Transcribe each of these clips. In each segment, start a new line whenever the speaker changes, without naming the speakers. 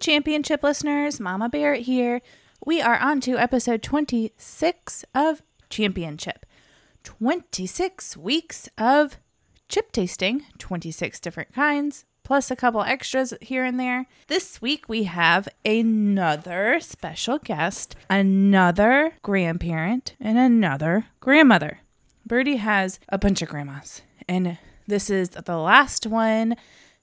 championship listeners. Mama Barrett here. We are on to episode 26 of Championship. 26 weeks of chip tasting, 26 different kinds, plus a couple extras here and there. This week we have another special guest, another grandparent, and another grandmother. Birdie has a bunch of grandmas, and this is the last one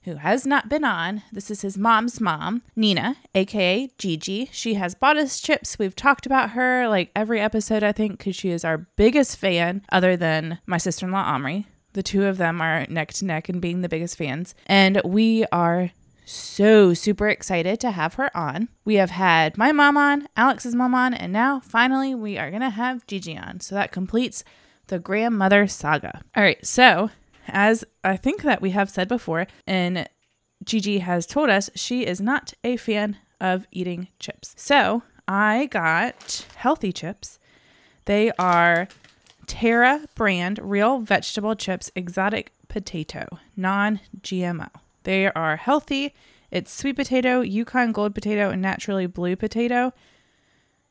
who has not been on. This is his mom's mom, Nina, aka Gigi. She has bought us chips. We've talked about her like every episode, I think, because she is our biggest fan, other than my sister in law, Omri. The two of them are neck to neck and being the biggest fans. And we are so super excited to have her on. We have had my mom on, Alex's mom on, and now finally we are going to have Gigi on. So that completes the grandmother saga. All right, so as I think that we have said before, and Gigi has told us she is not a fan of eating chips. So I got healthy chips. They are Terra brand real vegetable chips, exotic potato, non GMO. They are healthy. It's sweet potato, Yukon gold potato, and naturally blue potato.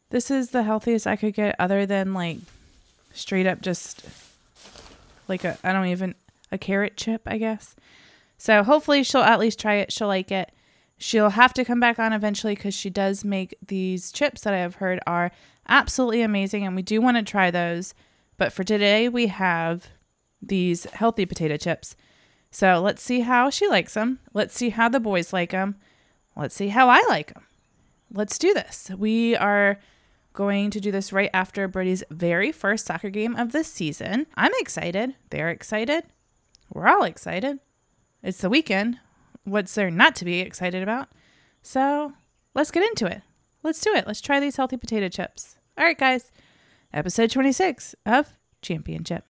This is the healthiest I could get, other than like straight up just like a I don't even a carrot chip, I guess. So hopefully she'll at least try it. She'll like it. She'll have to come back on eventually because she does make these chips that I have heard are absolutely amazing, and we do want to try those. But for today, we have these healthy potato chips. So let's see how she likes them. Let's see how the boys like them. Let's see how I like them. Let's do this. We are going to do this right after Brady's very first soccer game of the season. I'm excited. They're excited. We're all excited. It's the weekend. What's there not to be excited about? So let's get into it. Let's do it. Let's try these healthy potato chips. All right, guys. Episode 26 of Championship.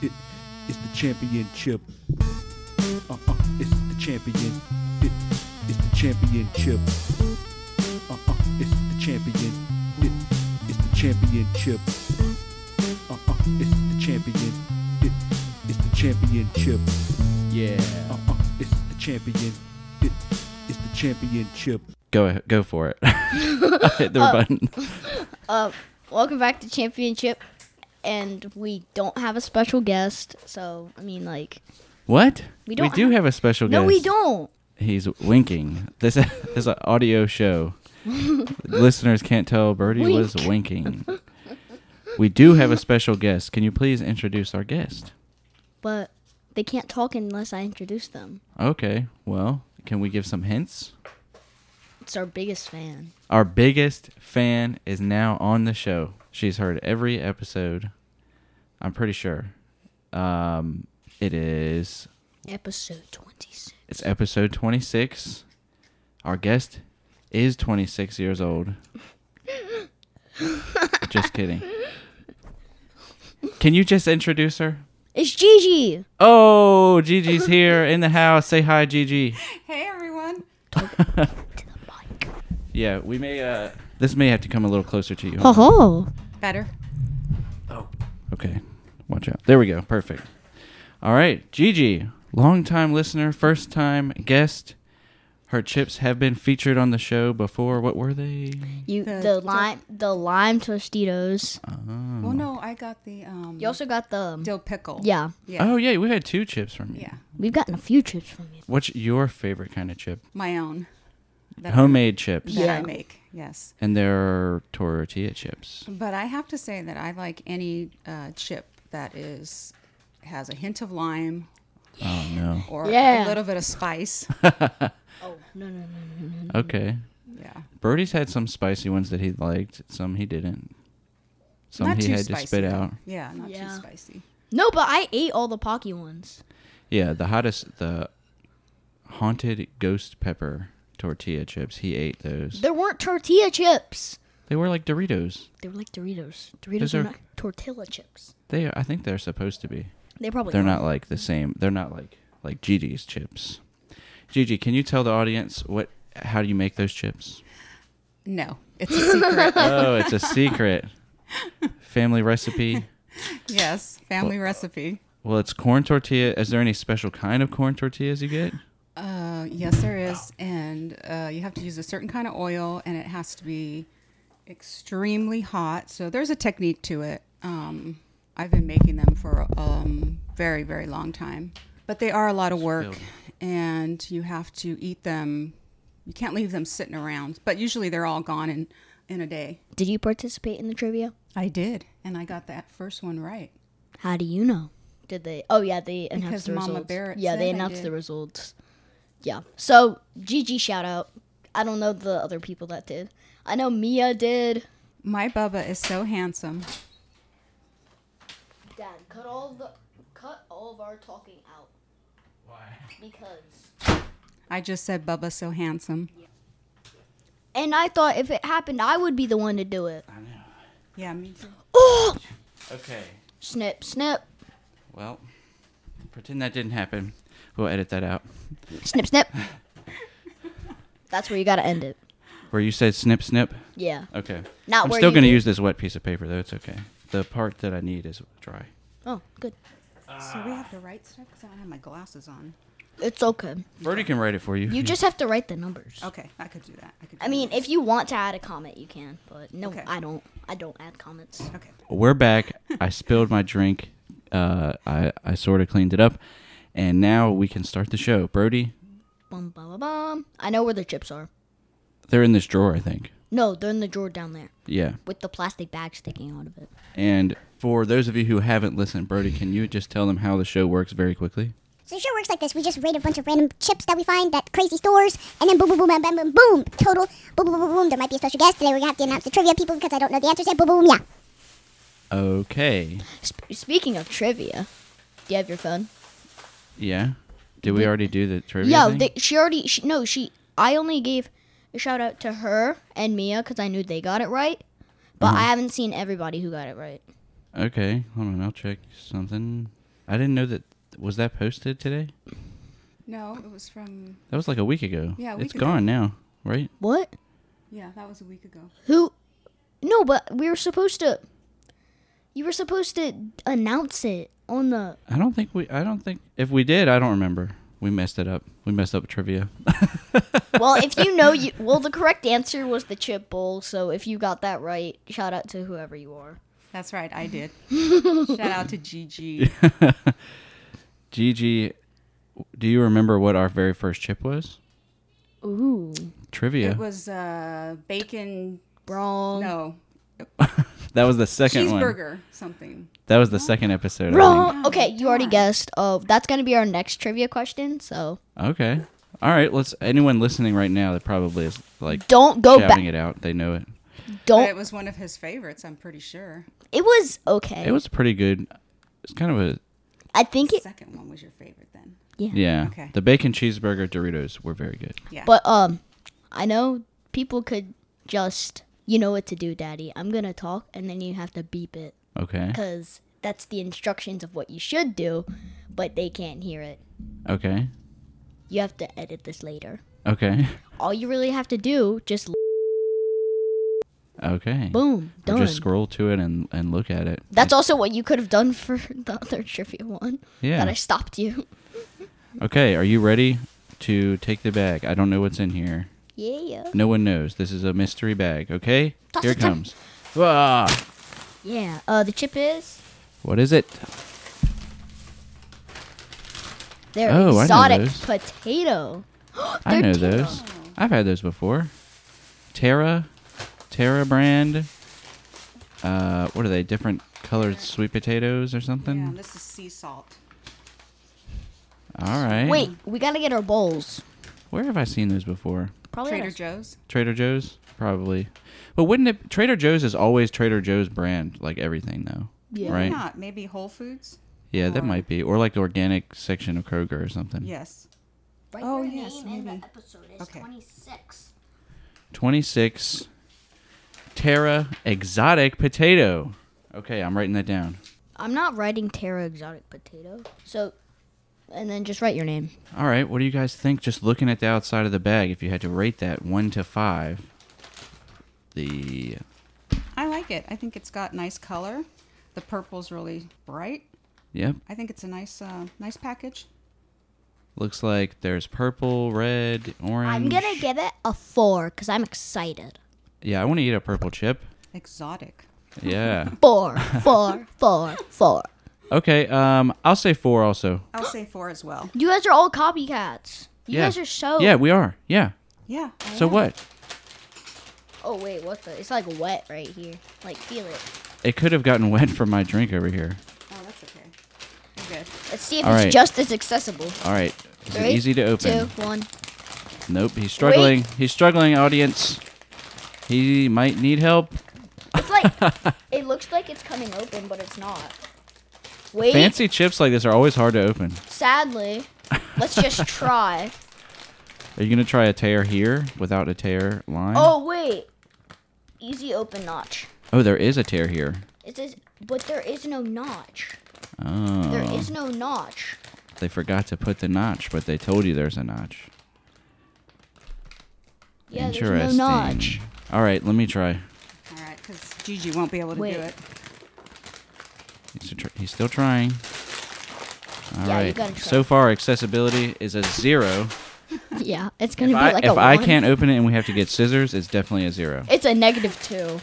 It, it's the championship. Uh, uh, it's the champion. It, it's the championship. Uh, uh, it's the champion. It, it's the championship. Uh, uh, it's the champion. It, it's the championship.
Yeah.
Uh, uh, it's the champion. It, it's the championship.
Go go for it. I hit the
Uh,
button.
Welcome back to Championship, and we don't have a special guest. So I mean, like,
What?
We don't
do
have-
have a special guest.
no, we don't.
He's winking. This is an audio show. Listeners can't tell Birdie was winking. We do have a special guest. Can you please introduce our guest?
But they can't talk unless I introduce them.
Okay. Well, can we give some hints?
It's our biggest fan.
Our biggest fan is now on the show. She's heard every episode. I'm pretty sure. Um, it is
Episode twenty-six.
It's episode 26. Our guest is 26 years old. just kidding. Can you just introduce her?
It's Gigi.
Oh, Gigi's here in the house. Say hi, Gigi.
Hey everyone.
Mike.
Yeah, we may uh this may have to come a little closer to you.
Ho ho.
Better.
Okay. Watch out. There we go. Perfect. All right, Gigi, long-time listener, first-time guest. Her chips have been featured on the show before. What were they?
You the,
The-
lime the lime Tostitos.
Um, Mm.
Well, no, I got the um
You also got the
dill pickle.
yeah.
Yeah.
Oh yeah, we had two chips from you.
Yeah.
We've gotten a few chips from you.
What's your favorite kind of chip?
My own. That
Homemade chips.
I, that
Yeah.
I make. Yes.
And there are tortilla chips.
But I have to say that I like any uh, chip that is has a hint of lime
Oh no.
or
Yeah.
a little bit of spice.
Oh no no no.
Okay.
yeah.
Birdie's had some spicy ones that he liked, some he didn't. Some
not
he
too
had
spicy.
to spit
though.
out.
Yeah, not
Yeah.
too spicy.
No, but I ate all the Pocky ones.
Yeah, the hottest the haunted ghost pepper tortilla chips. He ate those.
There weren't tortilla chips.
They were like Doritos.
They were like Doritos.
Those
Doritos
are-
are not tortilla chips.
They I think they're supposed to be.
They probably
They're
are.
not like the same. They're not like like Gigi's chips. Gigi, can you tell the audience what how do you make those chips?
No, it's a secret.
Oh, it's a secret. Family recipe.
yes, family recipe.
Well, it's corn tortilla. Is there any special kind of corn tortillas you get?
Uh, yes, there is, and uh, you have to use a certain kind of oil, and it has to be extremely hot. So there's a technique to it. Um, I've been making them for um, very, very long time, but they are a lot of work, and you have to eat them. You can't leave them sitting around, but usually they're all gone in in a day.
Did you participate in the trivia?
I did, and I got that first one right.
How do you know? Did they? Oh yeah, they announced
Because
the
Mama
results.
Barrett
yeah, they
said I
announced the
did.
results. Yeah. So GG shout out. I don't know the other people that did. I know Mia did.
My Bubba is so handsome.
Dad, cut all the cut all of our talking out. Why? Because.
I just said Bubba's so handsome.
And I thought if it happened, I would be the one to do it.
Yeah, me too.
Oh!
Okay.
Snip, snip,
Well, pretend that didn't happen. We'll edit that out.
snip, snip. That's where you gotta end it.
Where you said snip snip.
Yeah.
Okay.
Not
I'm
where
still
you
going to
did-
use this wet piece of paper though. It's okay. The part that I need is dry.
Oh, good.
So we have the right stuff because I don't have my glasses on.
It's okay.
Brody can write it for you.
You just have to write the numbers.
Okay, I could do that. I could. Do
I mean, if you want to add a comment, you can, but no,
Okay.
I don't. I don't add comments.
that. okay,
We're back. I spilled my drink. Uh, I I sort of cleaned it up, and now we can start the show. Brody,
Bum, bum, bum, bum. I know where the chips are.
they're in this drawer, I think.
No, they're in the drawer down there
Yeah.
with the plastic bag sticking out of it.
And for those of you who haven't listened, Brody, can you just tell them how the show works very quickly?
So the show works like this. We just rate a bunch of random chips that we find at crazy stores, and then boom, boom, boom, bam, bam, boom, boom. Total, boom, boom, boom, boom, boom. There might be a special guest today. We're going to have to announce the trivia people because I don't know the answers yet. Boom, boom, boom, yeah.
Okay.
Sp- speaking of trivia, do you have your phone?
Yeah. Did we already do the trivia?
Yeah,
thing?
they, she already. She, no, she. I only gave a shout out to her and Mia because I knew they got it right, but
Mm-hmm.
I haven't seen everybody who got it right.
Okay, hold on. I'll check something. I didn't know that. Was that posted today?
no, it was from
That was like a week ago.
Yeah, a
it's
week ago.
gone now, right?
What?
yeah, that was a week ago.
Who? No, but we were supposed to. You were supposed to announce it on the.
I don't think we. I don't think if we did, I don't remember. We messed it up. We messed up trivia.
Well, if you know you. Well, the correct answer was the chip bowl. So if you got that right, shout out to whoever you are.
That's right, I did. Shout out to Gigi.
Gigi, do you remember what our very first chip was?
Ooh,
Trivia.
It was uh, bacon.
wrong.
No,
that was the second one.
cheeseburger something.
That was the second episode. I think.
Wrong. Okay, you already guessed. Oh, that's gonna be our next trivia question. So
Okay. All right. Let's. Anyone listening right now that probably is like
don't go
shouting
back.
it out. They know it.
Don't
But it was one of his favorites. I'm pretty sure.
It was okay.
It was pretty good. It's kind of a
I think
The
it,
second one was your favorite then.
Yeah.
Okay.
The bacon cheeseburger Doritos were very good.
Yeah.
but um, I know people could just, you know what to do, Daddy. I'm gonna talk, and then you have to beep it,
Okay.
cause that's the instructions of what you should do, but they can't hear it.
Okay.
You have to edit this later.
Okay.
All you really have to do, just
Okay.
boom,
Or
done.
just scroll to it and, and look at it.
that's also what you could have done for the other trivia one. That
Yeah.
I stopped you.
Okay. Are you ready to take the bag? I don't know what's in here.
Yeah.
No one knows. This is a mystery bag. Okay.
Toss
Here
it
it
to-
comes. Ah!
Yeah. Uh, the chip is
What is it?
their
Oh, I know
exotic
those.
potato.
I know
They're Terra.
those. I've had those before. Terra, Terra brand. Uh, what are they? Different colored sweet potatoes or
yeah,
something?
this is sea salt.
All right.
Wait, we gotta get our bowls.
Where have I seen those before?
Probably
Trader
at a-
Joe's.
Trader Joe's, probably. But wouldn't it? Trader Joe's is always Trader Joe's brand, like everything, though.
Yeah.
Why
Right.
not? Maybe Whole Foods.
Yeah, that might be, or like the organic section of Kroger or something.
Yes.
Write
Oh, your yes, name and maybe. the
episode.
Okay.
26.
Twenty-six. Terra exotic potato. Okay, I'm writing that down.
I'm not writing Terra exotic potato. So and then just write your name.
All right, what do you guys think? Just looking at the outside of the bag, if you had to rate that one to five, the
I like it. I think it's got nice color. The purple's really bright.
yep
I think it's a nice, uh, nice package.
looks like there's purple, red, orange.
I'm gonna give it a four because I'm excited.
Yeah, I want to eat a purple chip.
Exotic.
Yeah.
Four, four, four, four.
okay. Um, I'll say four also.
I'll say four as well.
You guys are all copycats. You
yeah.
guys are so.
Yeah, we are. Yeah.
Yeah.
So what?
Oh wait, what the? It's like wet right here. Like feel it.
It could have gotten wet from my drink over here.
Oh, that's okay. We're good.
Let's see if
All
it's
right.
just as accessible.
All right. Is
Three,
it easy to
Two,
open?
one.
Nope. He's struggling. He's struggling, audience. He might need help.
It's like it looks like it's coming open, but it's not. Wait.
Fancy chips like this are always hard to open.
Sadly, let's just try.
Are you gonna try a tear here without a tear line?
Oh wait, easy open notch.
Oh, there is a tear here.
It says, but there is no notch.
Oh.
There is no notch.
They forgot to put the notch, but they told you there's a notch.
Yeah, there's
Interesting.
no notch.
All right, let me try.
All right, because Gigi won't be able to
Wait.
do it.
He's, a tr- he's still trying. All right.
Yeah, you gotta try.
So far, accessibility is a zero.
Yeah, it's
If,
gonna be
I,
like
if
a
I
one.
can't open it and we have to get scissors, it's definitely a zero.
It's a negative two.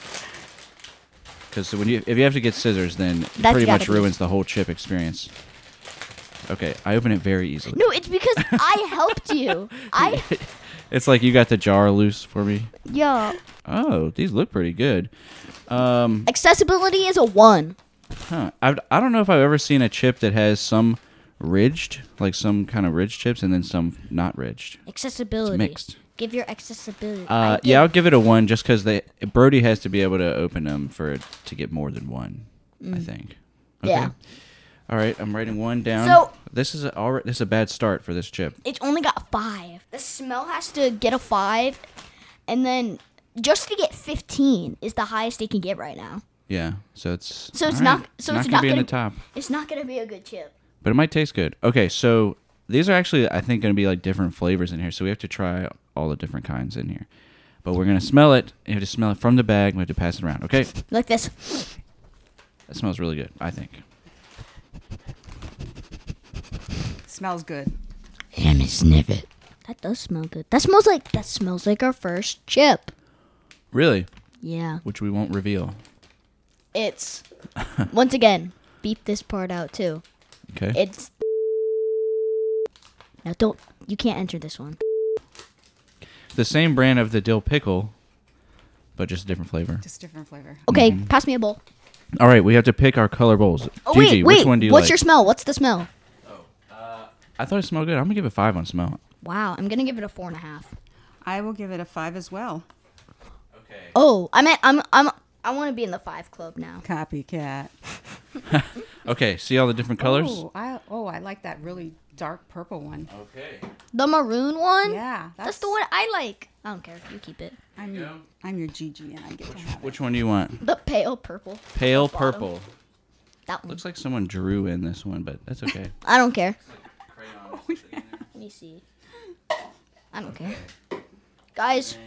Because when you if you have to get scissors, then it
That's
pretty
gotta
much
be-
ruins the whole chip experience. Okay, I open it very easily.
No, it's because I helped you. I
It's like you got the jar loose for me.
yeah.
Oh, these look pretty good. Um,
Accessibility is a one.
Huh. I, I don't know if I've ever seen a chip that has some ridged, like some kind of ridged chips, and then some not ridged.
Accessibility.
mixed.
Give your accessibility.
Uh,
I
yeah, I'll
give-
give it a one just because they Brody has to be able to open them for it to get more than one. I think.
Mm. Yeah.
All right, I'm writing one down.
So-
this is a, alre this is a bad start for this chip.
It's only got a five. The smell has to get a five, and then just to get fifteen is the highest they can get right now.
Yeah, so it's
So it's
all
not- so it's
gonna
not
be in
gonna-
the top,
It's not gonna be a good chip.
but it might taste good. Okay, so these are actually I think gonna be like different flavors in here, so we have to try all the different kinds in here. But we're gonna smell it. You have to smell it from the bag. We have to pass it around. Okay.
Like this.
That smells really good, I think.
Smells good.
Let me sniff it. That does smell good. That smells like that smells like our first chip.
Really?
Yeah.
Which we won't reveal.
It's once again, beep this part out too.
Okay.
It's now don't you can't enter this one.
the same brand of the dill pickle, but just a different flavor.
Just different flavor.
Okay,
Mm-hmm.
pass me a bowl.
All right, we have to pick our color bowls.
Oh
Gigi,
wait, wait.
which one do you
What's
like?
your smell? What's the smell?
I thought it smelled good. I'm gonna give it five on smell.
Wow, I'm gonna give it a four and a half.
I will give it a five as well.
Oh, I meant I'm I'm I want to be in the five club now.
Copycat.
Okay, see all the different colors.
Oh, I, oh, I like that really dark purple one.
Okay.
The maroon one.
Yeah,
that's, the one I like. I don't care. You keep it.
I'm, your, I'm your Gigi, and I get to have it.
Which one do you want?
The pale purple.
Pale purple.
That one.
Looks like someone drew in this one, but that's okay.
I don't care. Let me see. I don't care. Guys,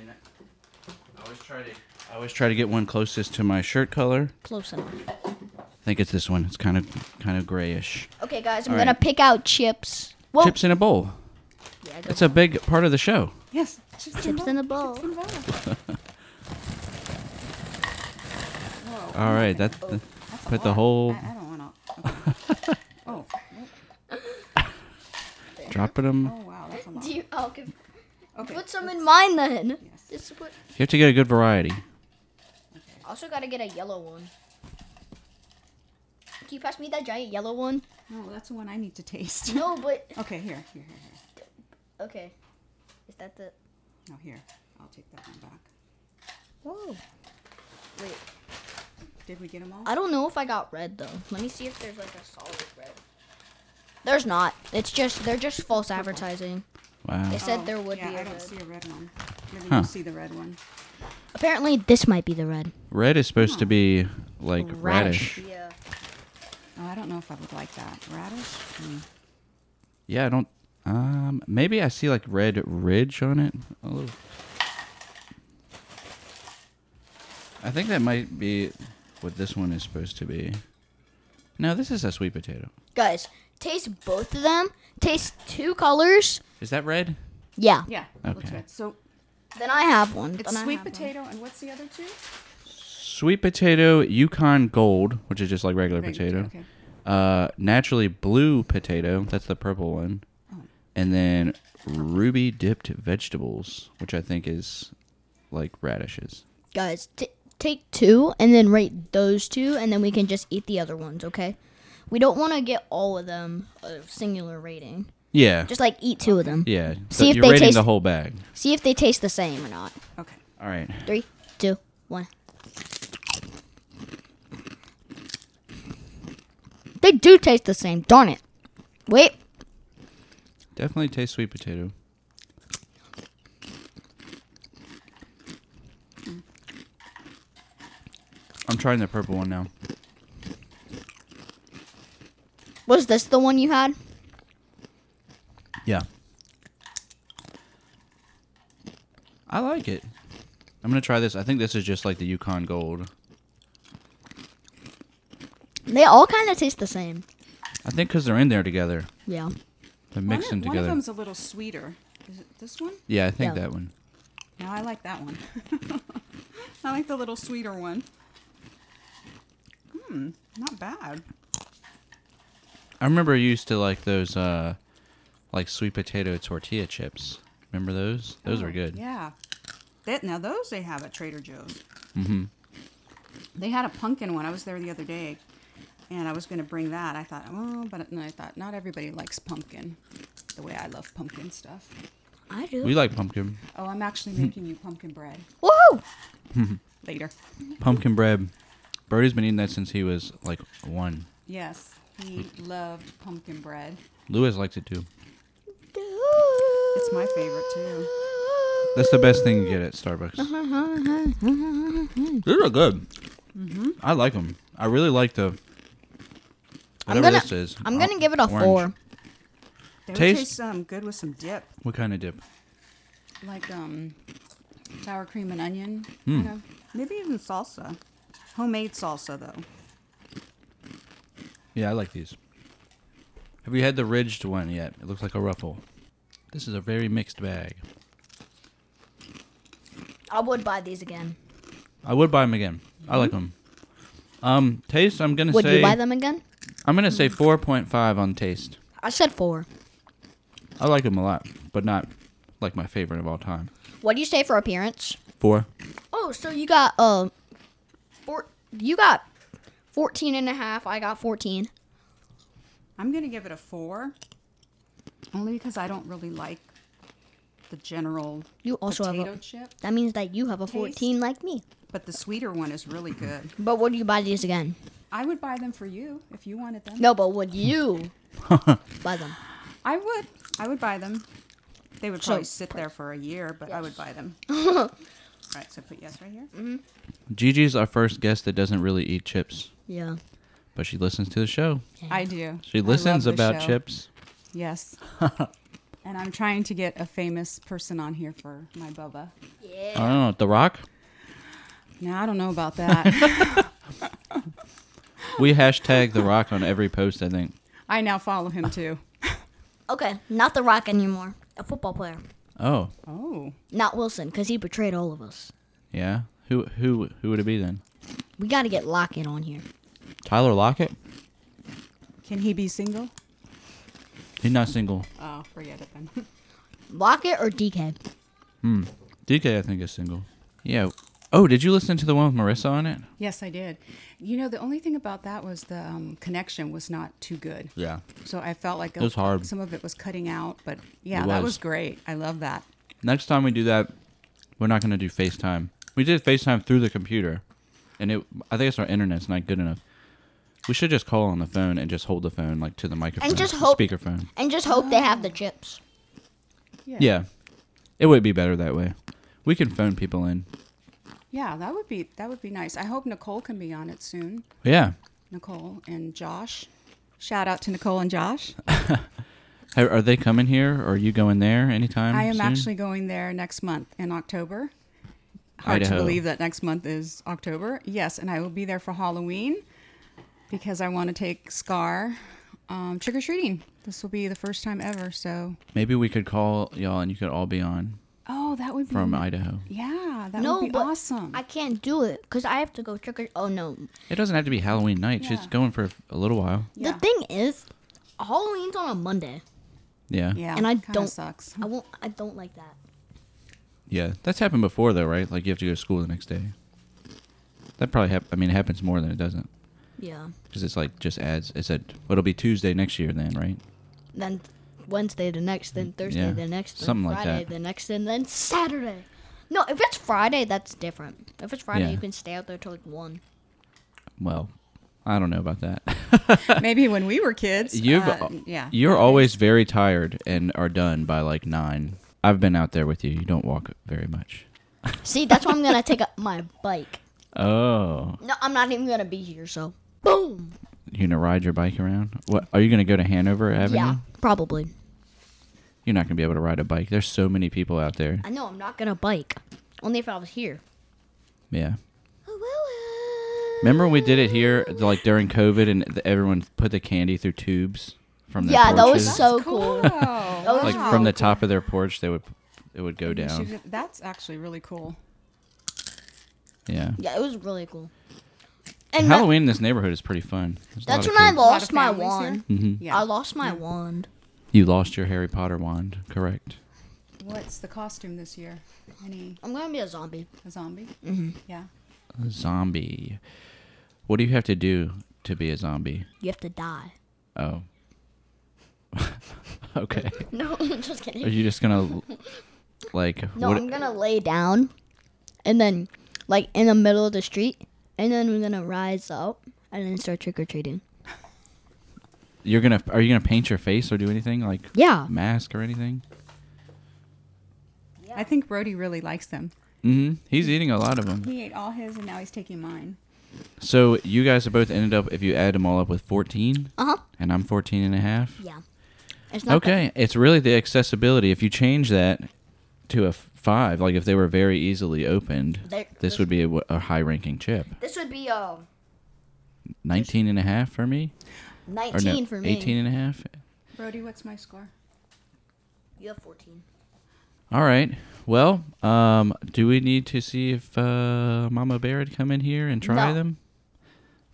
I always try to. I always try to get one closest to my shirt color.
close enough.
I think it's this one. It's kind of kind of grayish.
Okay, guys, I'm
All
gonna
right.
pick out chips. Well,
Chips in a bowl.
yeah, go
That's a big part of the show.
Yes. Chips,
chips in a bowl.
Whoa.
All right, that, that
That's a
put the
lot.
whole
I, I don't want to. oh,
dropping them.
oh, wow. That's a lot.
Do you? I'll give,
Okay.
put some in mine then. Just put,
You have to get a good variety.
also gotta get a yellow one. Can you pass me that giant yellow one?
No, that's the one I need to taste.
No, but
okay, here, here, here, here.
okay. Is that the?
No, here. I'll take that one back.
Whoa. Wait,
Did we get them all?
I don't know if I got red though. Let me see if there's like a solid red. There's not. It's just they're just false advertising.
Wow.
They said there would
Oh, yeah,
be a
I don't
red.
see a red one. Maybe
Huh.
you see the red one.
Apparently, this might be the red.
Red is supposed to be like radish.
Radish.
Yeah.
Oh, I don't know if I would like that. Radish? Mm.
yeah, I don't. Um, maybe I see like red ridge on it. A little. I think that might be what this one is supposed to be. No, this is a sweet potato.
Guys, taste both of them. Taste two colors.
Is that red?
Yeah.
Yeah.
looks Okay.
Looks
red.
red. So
Then I have one.
it's
Then I
sweet
have one.
potato and what's the other two?
Sweet potato Yukon Gold, which is just like regular
Right,
potato.
okay.
Uh, naturally blue potato. That's the purple one.
Oh.
And then ruby dipped vegetables, which I think is like radishes.
Guys, t- take two and then rate those two, and then we can just eat the other ones, okay? We don't want to get all of them a singular rating.
Yeah.
Just like eat two of them.
yeah. So
See if
you're
they
rating
taste-
the whole bag.
See if they taste the same or not.
Okay.
All right.
Three, two, one. They do taste the same. Darn it. Wait.
Definitely taste sweet potato. I'm trying the purple one now.
Was this the one you had?
Yeah. I like it. I'm gonna try this. I think this is just like the Yukon Gold.
They all kind of taste the same.
I think because they're in there together.
Yeah.
They're mixed
one,
them
of-
together.
One of them's a little sweeter. Is it this one?
yeah, I think
Yeah.
that one.
No, I like that one. I like the little sweeter one. Hmm, not bad.
I remember you used to like those, uh, like sweet potato tortilla chips. Remember those? Those were good.
Oh, Yeah. That, now those they have at Trader Joe's. Mm-hmm. They had a pumpkin one. I was there the other day, and I was going to bring that. I thought, oh, but and I thought not everybody likes pumpkin, the way I love pumpkin stuff.
I do.
We like pumpkin,
Oh, I'm actually
Hmm.
making you pumpkin bread
Whoa!
later.
pumpkin bread. Birdie's been eating that since he was like one.
Yes, he loved pumpkin bread.
Lewis likes it too.
It's my favorite too.
That's the best thing you get at
Uh-huh.
Starbucks. These are good. Mm-hmm. I like them. I really like the
I'm
whatever
gonna-
this is.
I'm
Oh,
gonna give it a
orange.
four.
They
Taste-
would taste um, good with some dip,
What kind of dip?
like um, sour cream and onion,
Hmm.
kind of. Maybe even salsa, homemade salsa though.
Yeah, I like these. Have you had the ridged one yet? It looks like a ruffle. This is a very mixed bag.
I would buy these again.
I would buy them again. I like them. Um, taste. I'm gonna
Mm-hmm. Would
say.
you buy them again?
I'm gonna say 4.5 on taste.
I said four.
I like them a lot, but not like my favorite of all time.
What do you say for appearance?
Four.
Oh, so you got uh, four. You got 14 and a half. I got 14.
I'm gonna give it a four, only because I don't really like the general
You also have a-
potato chip,
That means that you have a 14 like me.
but the sweeter one is really good.
But would you buy these again?
I would buy them for you if you wanted them.
No, but would you buy them?
I would. I would buy them. They would
So-
probably sit there for a year, but I would buy them. Mm-hmm. All right, so put yes right here.
Gigi's our first guest that doesn't really eat chips,
Yeah.
but she listens to the show.
I do.
She
I love
listens
the
about
show.
chips.
Yes. and I'm trying to get a famous person on here for my bubba.
I don't know. The Rock.
Now I don't know about that.
We hashtag The Rock on every post. I think.
I now follow him too.
Okay, not The Rock anymore. A football player.
Oh,
Oh,
Not Wilson, because he betrayed all of us.
yeah. Who who who would it be then?
We got to get Lockett on here.
Tyler Lockett.
can he be single?
He's not single.
Oh, forget it then.
Lockett or DK?
DK, I think, is single. Yeah. Oh, did you listen to the one with Marissa on it?
yes, I did. You know, the only thing about that was the um, connection was not too good.
Yeah.
So I felt like
was hard.
some of it was cutting out, but yeah,
It
that
was.
was great. I love that.
Next time we do that, we're not gonna do FaceTime. We did FaceTime through the computer, and it. I think it's our internet's not good enough. We should just call on the phone and just hold the phone like to the microphone,
just
the
hope-
speakerphone.
And just hope they have the chips.
Yeah, it would be better that way. We can phone people in.
Yeah, that would be that would be nice. I hope Nicole can be on it soon.
Yeah.
Nicole and Josh. Shout out to Nicole and Josh.
Are, are they coming here, or are you going there anytime?
I am
soon?
actually going there next month in October. Hard
Idaho.
to believe that next month is October. Yes, and I will be there for Halloween because I want to take Scar um, trick or treating. This will be the first time ever. So,
Maybe we could call y'all, and you could all be on
oh, that would be
from Idaho.
yeah, that
no,
would be
but
awesome.
I can't do it because I have to go trick or. Oh no.
It doesn't have to be Halloween night. She's
Yeah.
going for a little while.
Yeah.
The thing is, Halloween's on a Monday.
Yeah.
yeah,
and I
kinda
don't-
sucks.
I won't. I don't like that.
Yeah. That's happened before, though, right? Like you have to go to school the next day. That probably hap- I mean, it happens more than it doesn't
Yeah.
because it's like just adds. It said well, it'll be Tuesday next year then, right?
Then Wednesday the next, then Thursday
yeah,
the next, then
something like
Friday
that.
the next, and then Saturday. No, if it's Friday, that's different. If it's Friday,
Yeah.
you can stay out there till like one.
Well, I don't know about that.
Maybe when we were kids.
You've
uh, yeah.
You're always very tired and are done by like nine. I've been out there with you. You don't walk very much.
See, that's why I'm gonna take up my bike.
Oh,
No, I'm not even gonna be here. So, boom.
you gonna ride your bike around? What are you gonna go to Hanover Avenue?
Yeah, probably.
You're not gonna be able to ride a bike. There's so many people out there.
I know I'm not gonna bike. Only if I was here.
Yeah. Remember when we did it here, like during COVID, and the, everyone put the candy through tubes from their
yeah, that
porches?
was so cool.
Oh,
was
like from the top of their porch. They would it would go down.
that's actually really cool.
Yeah.
Yeah, it was really cool. And that-
Halloween in this neighborhood is pretty fun. There's a lot
that's
of
when I
kids. Mm-hmm.
lost
A
my
lot of families
wand.
here? Yeah.
I lost my wand.
You lost your Harry Potter wand, correct?
What's the costume this year? Any
I'm gonna be a zombie.
a zombie? Mm-hmm. Yeah.
A zombie. What do you have to do to be a zombie?
You have to die.
Oh. okay.
No, I'm just kidding.
Are you just gonna like
No,
what?
I'm gonna lay down, and then like in the middle of the street, and then I'm gonna rise up and then start trick or treating.
You're gonna are you gonna paint your face or do anything like
Yeah.
mask or anything?
I think Brody really likes them.
hmm He's eating a lot of them.
He ate all his and now he's taking mine.
So you guys have both ended up, if you add them all up, with 14,
Uh huh.
and I'm 14 and a half.
Yeah. It's not
Okay, it's really the accessibility. If you change that to a f- five, like if they were very easily opened,
They-
this would be a, w- a high-ranking chip.
That, this would be um
19 and a half for me?
19 for me.
18 and a half?
Brody, what's my score?
You have 14.
All right. Well, um, do we need to see if uh, Mama Bear would come in here and try
No.
them?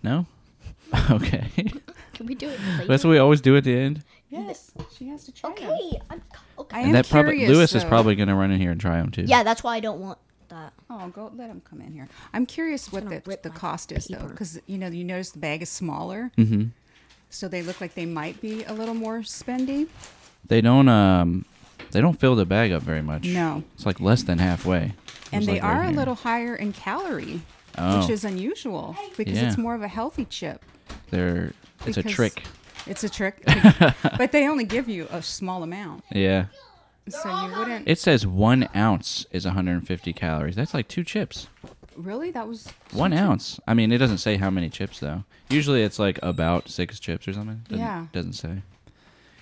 No? okay.
Can we do it?
That's what we always do at the end.
Yes, she has to try them.
okay. I'm, okay.
I am
And that probably
curious,
Lewis is
though.
probably going to run in here and try them too.
Yeah, that's why I don't want that.
Oh, go let him come in here. I'm curious what
gonna
the,
rip
the
my
cost is though,
paper.
because you know you notice the bag is smaller,
Mm-hmm.
so they look like they might be a little more spendy.
They don't um they don't fill the bag up very much.
No.
It's like less than halfway.
And
It's
they
like right
are a
here.
little higher in calorie,
Oh.
which is unusual because
Yeah.
it's more of a healthy chip.
They're it's a
because
trick.
It's a trick, but they only give you a small amount,
Yeah.
so you wouldn't
It says one ounce is 150 calories. That's like two chips.
really. That was
One ounce. I mean, it doesn't say how many chips though. Usually, it's like about six chips or something. Doesn't,
Yeah.
Doesn't say.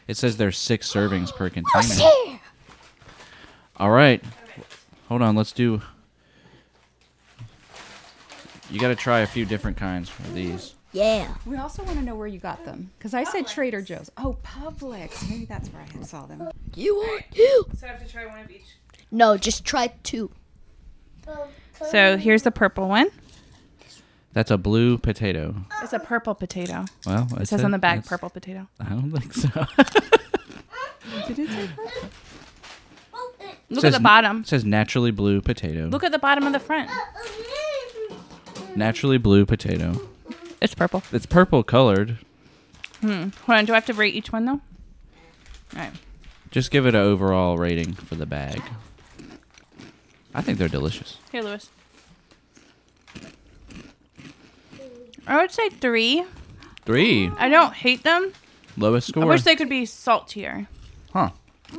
It says there's six servings per
Oh,
container. All right. Hold on. Let's do. You got to try a few different kinds of these.
Yeah.
We also want to know where you got them because I said Trader Joe's. Oh, Publix. Maybe that's where I had saw them.
You want you?
So I have to try one of each.
No, just try two.
So here's the purple one.
That's a blue potato.
It's a purple potato.
Well,
It says on the back, purple potato.
I don't think so.
Did it say Publix?
Look
Says
at
n-
the bottom.
It says naturally blue potato.
Look at the bottom of the front.
Naturally blue potato.
It's purple.
It's purple colored.
Hold on. Do I have to rate each one though? All right.
Just give it an overall rating for the bag. I think they're delicious.
Here, Lewis. I would say three.
Three.
I don't hate them.
Lowest score.
I wish they could be saltier,
huh.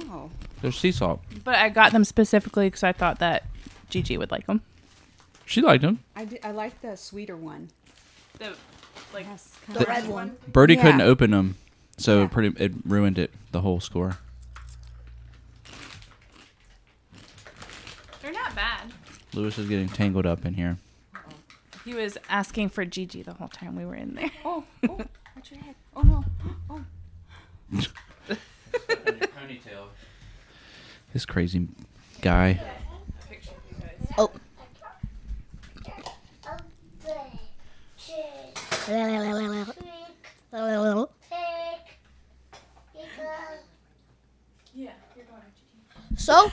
Oh,
There's sea salt.
but I got them specifically because I thought that Gigi would like them.
She liked them.
I did, I like the sweeter one.
The, like,
Yes, kind of
red one.
Birdie
Yeah.
couldn't open them. So it pretty it ruined it the whole score.
They're not bad.
Lewis is getting tangled up in here.
He was asking for Gigi the whole time we were in there.
Oh, oh, watch your head. Oh no. Oh,
This crazy guy.
Oh. So,
All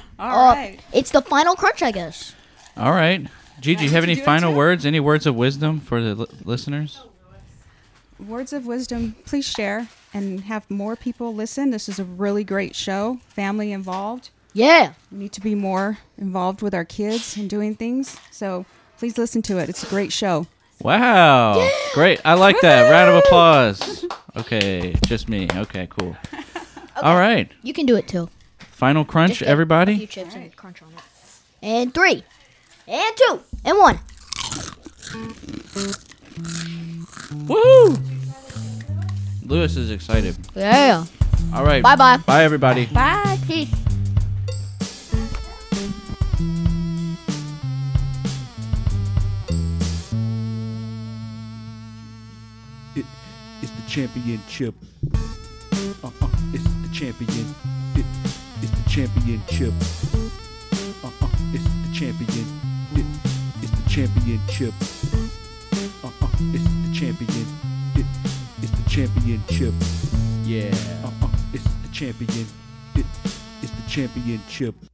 uh,
right.
it's the final crunch, I guess.
All right. Gigi, you have
Did
any
you do it
final
too? Oh,
words? Any words of wisdom for the li- listeners?
words of wisdom. Please share and have more people listen. This is a really great show. Family involved.
Yeah.
We need to be more involved with our kids and doing things. So please listen to it. It's a great show.
Wow. Great. I like that. Round of applause. Okay. Just me. Okay, cool. All right.
You can do it too.
Final crunch,
Just get A few
everybody.
chips and crunch on it. And three. And two. And one.
Woo! Lewis is excited.
Yeah.
All right.
Bye-bye.
Bye, everybody.
Bye. Peace.
It, it's the championship. Uh, uh, it's the champion. It, it's the championship. Uh, uh, it's the champion. It, it's the championship. Uh, uh, it's the champion. It, it's the championship.
Yeah.
Uh, uh, it's the champion. It, it's the championship.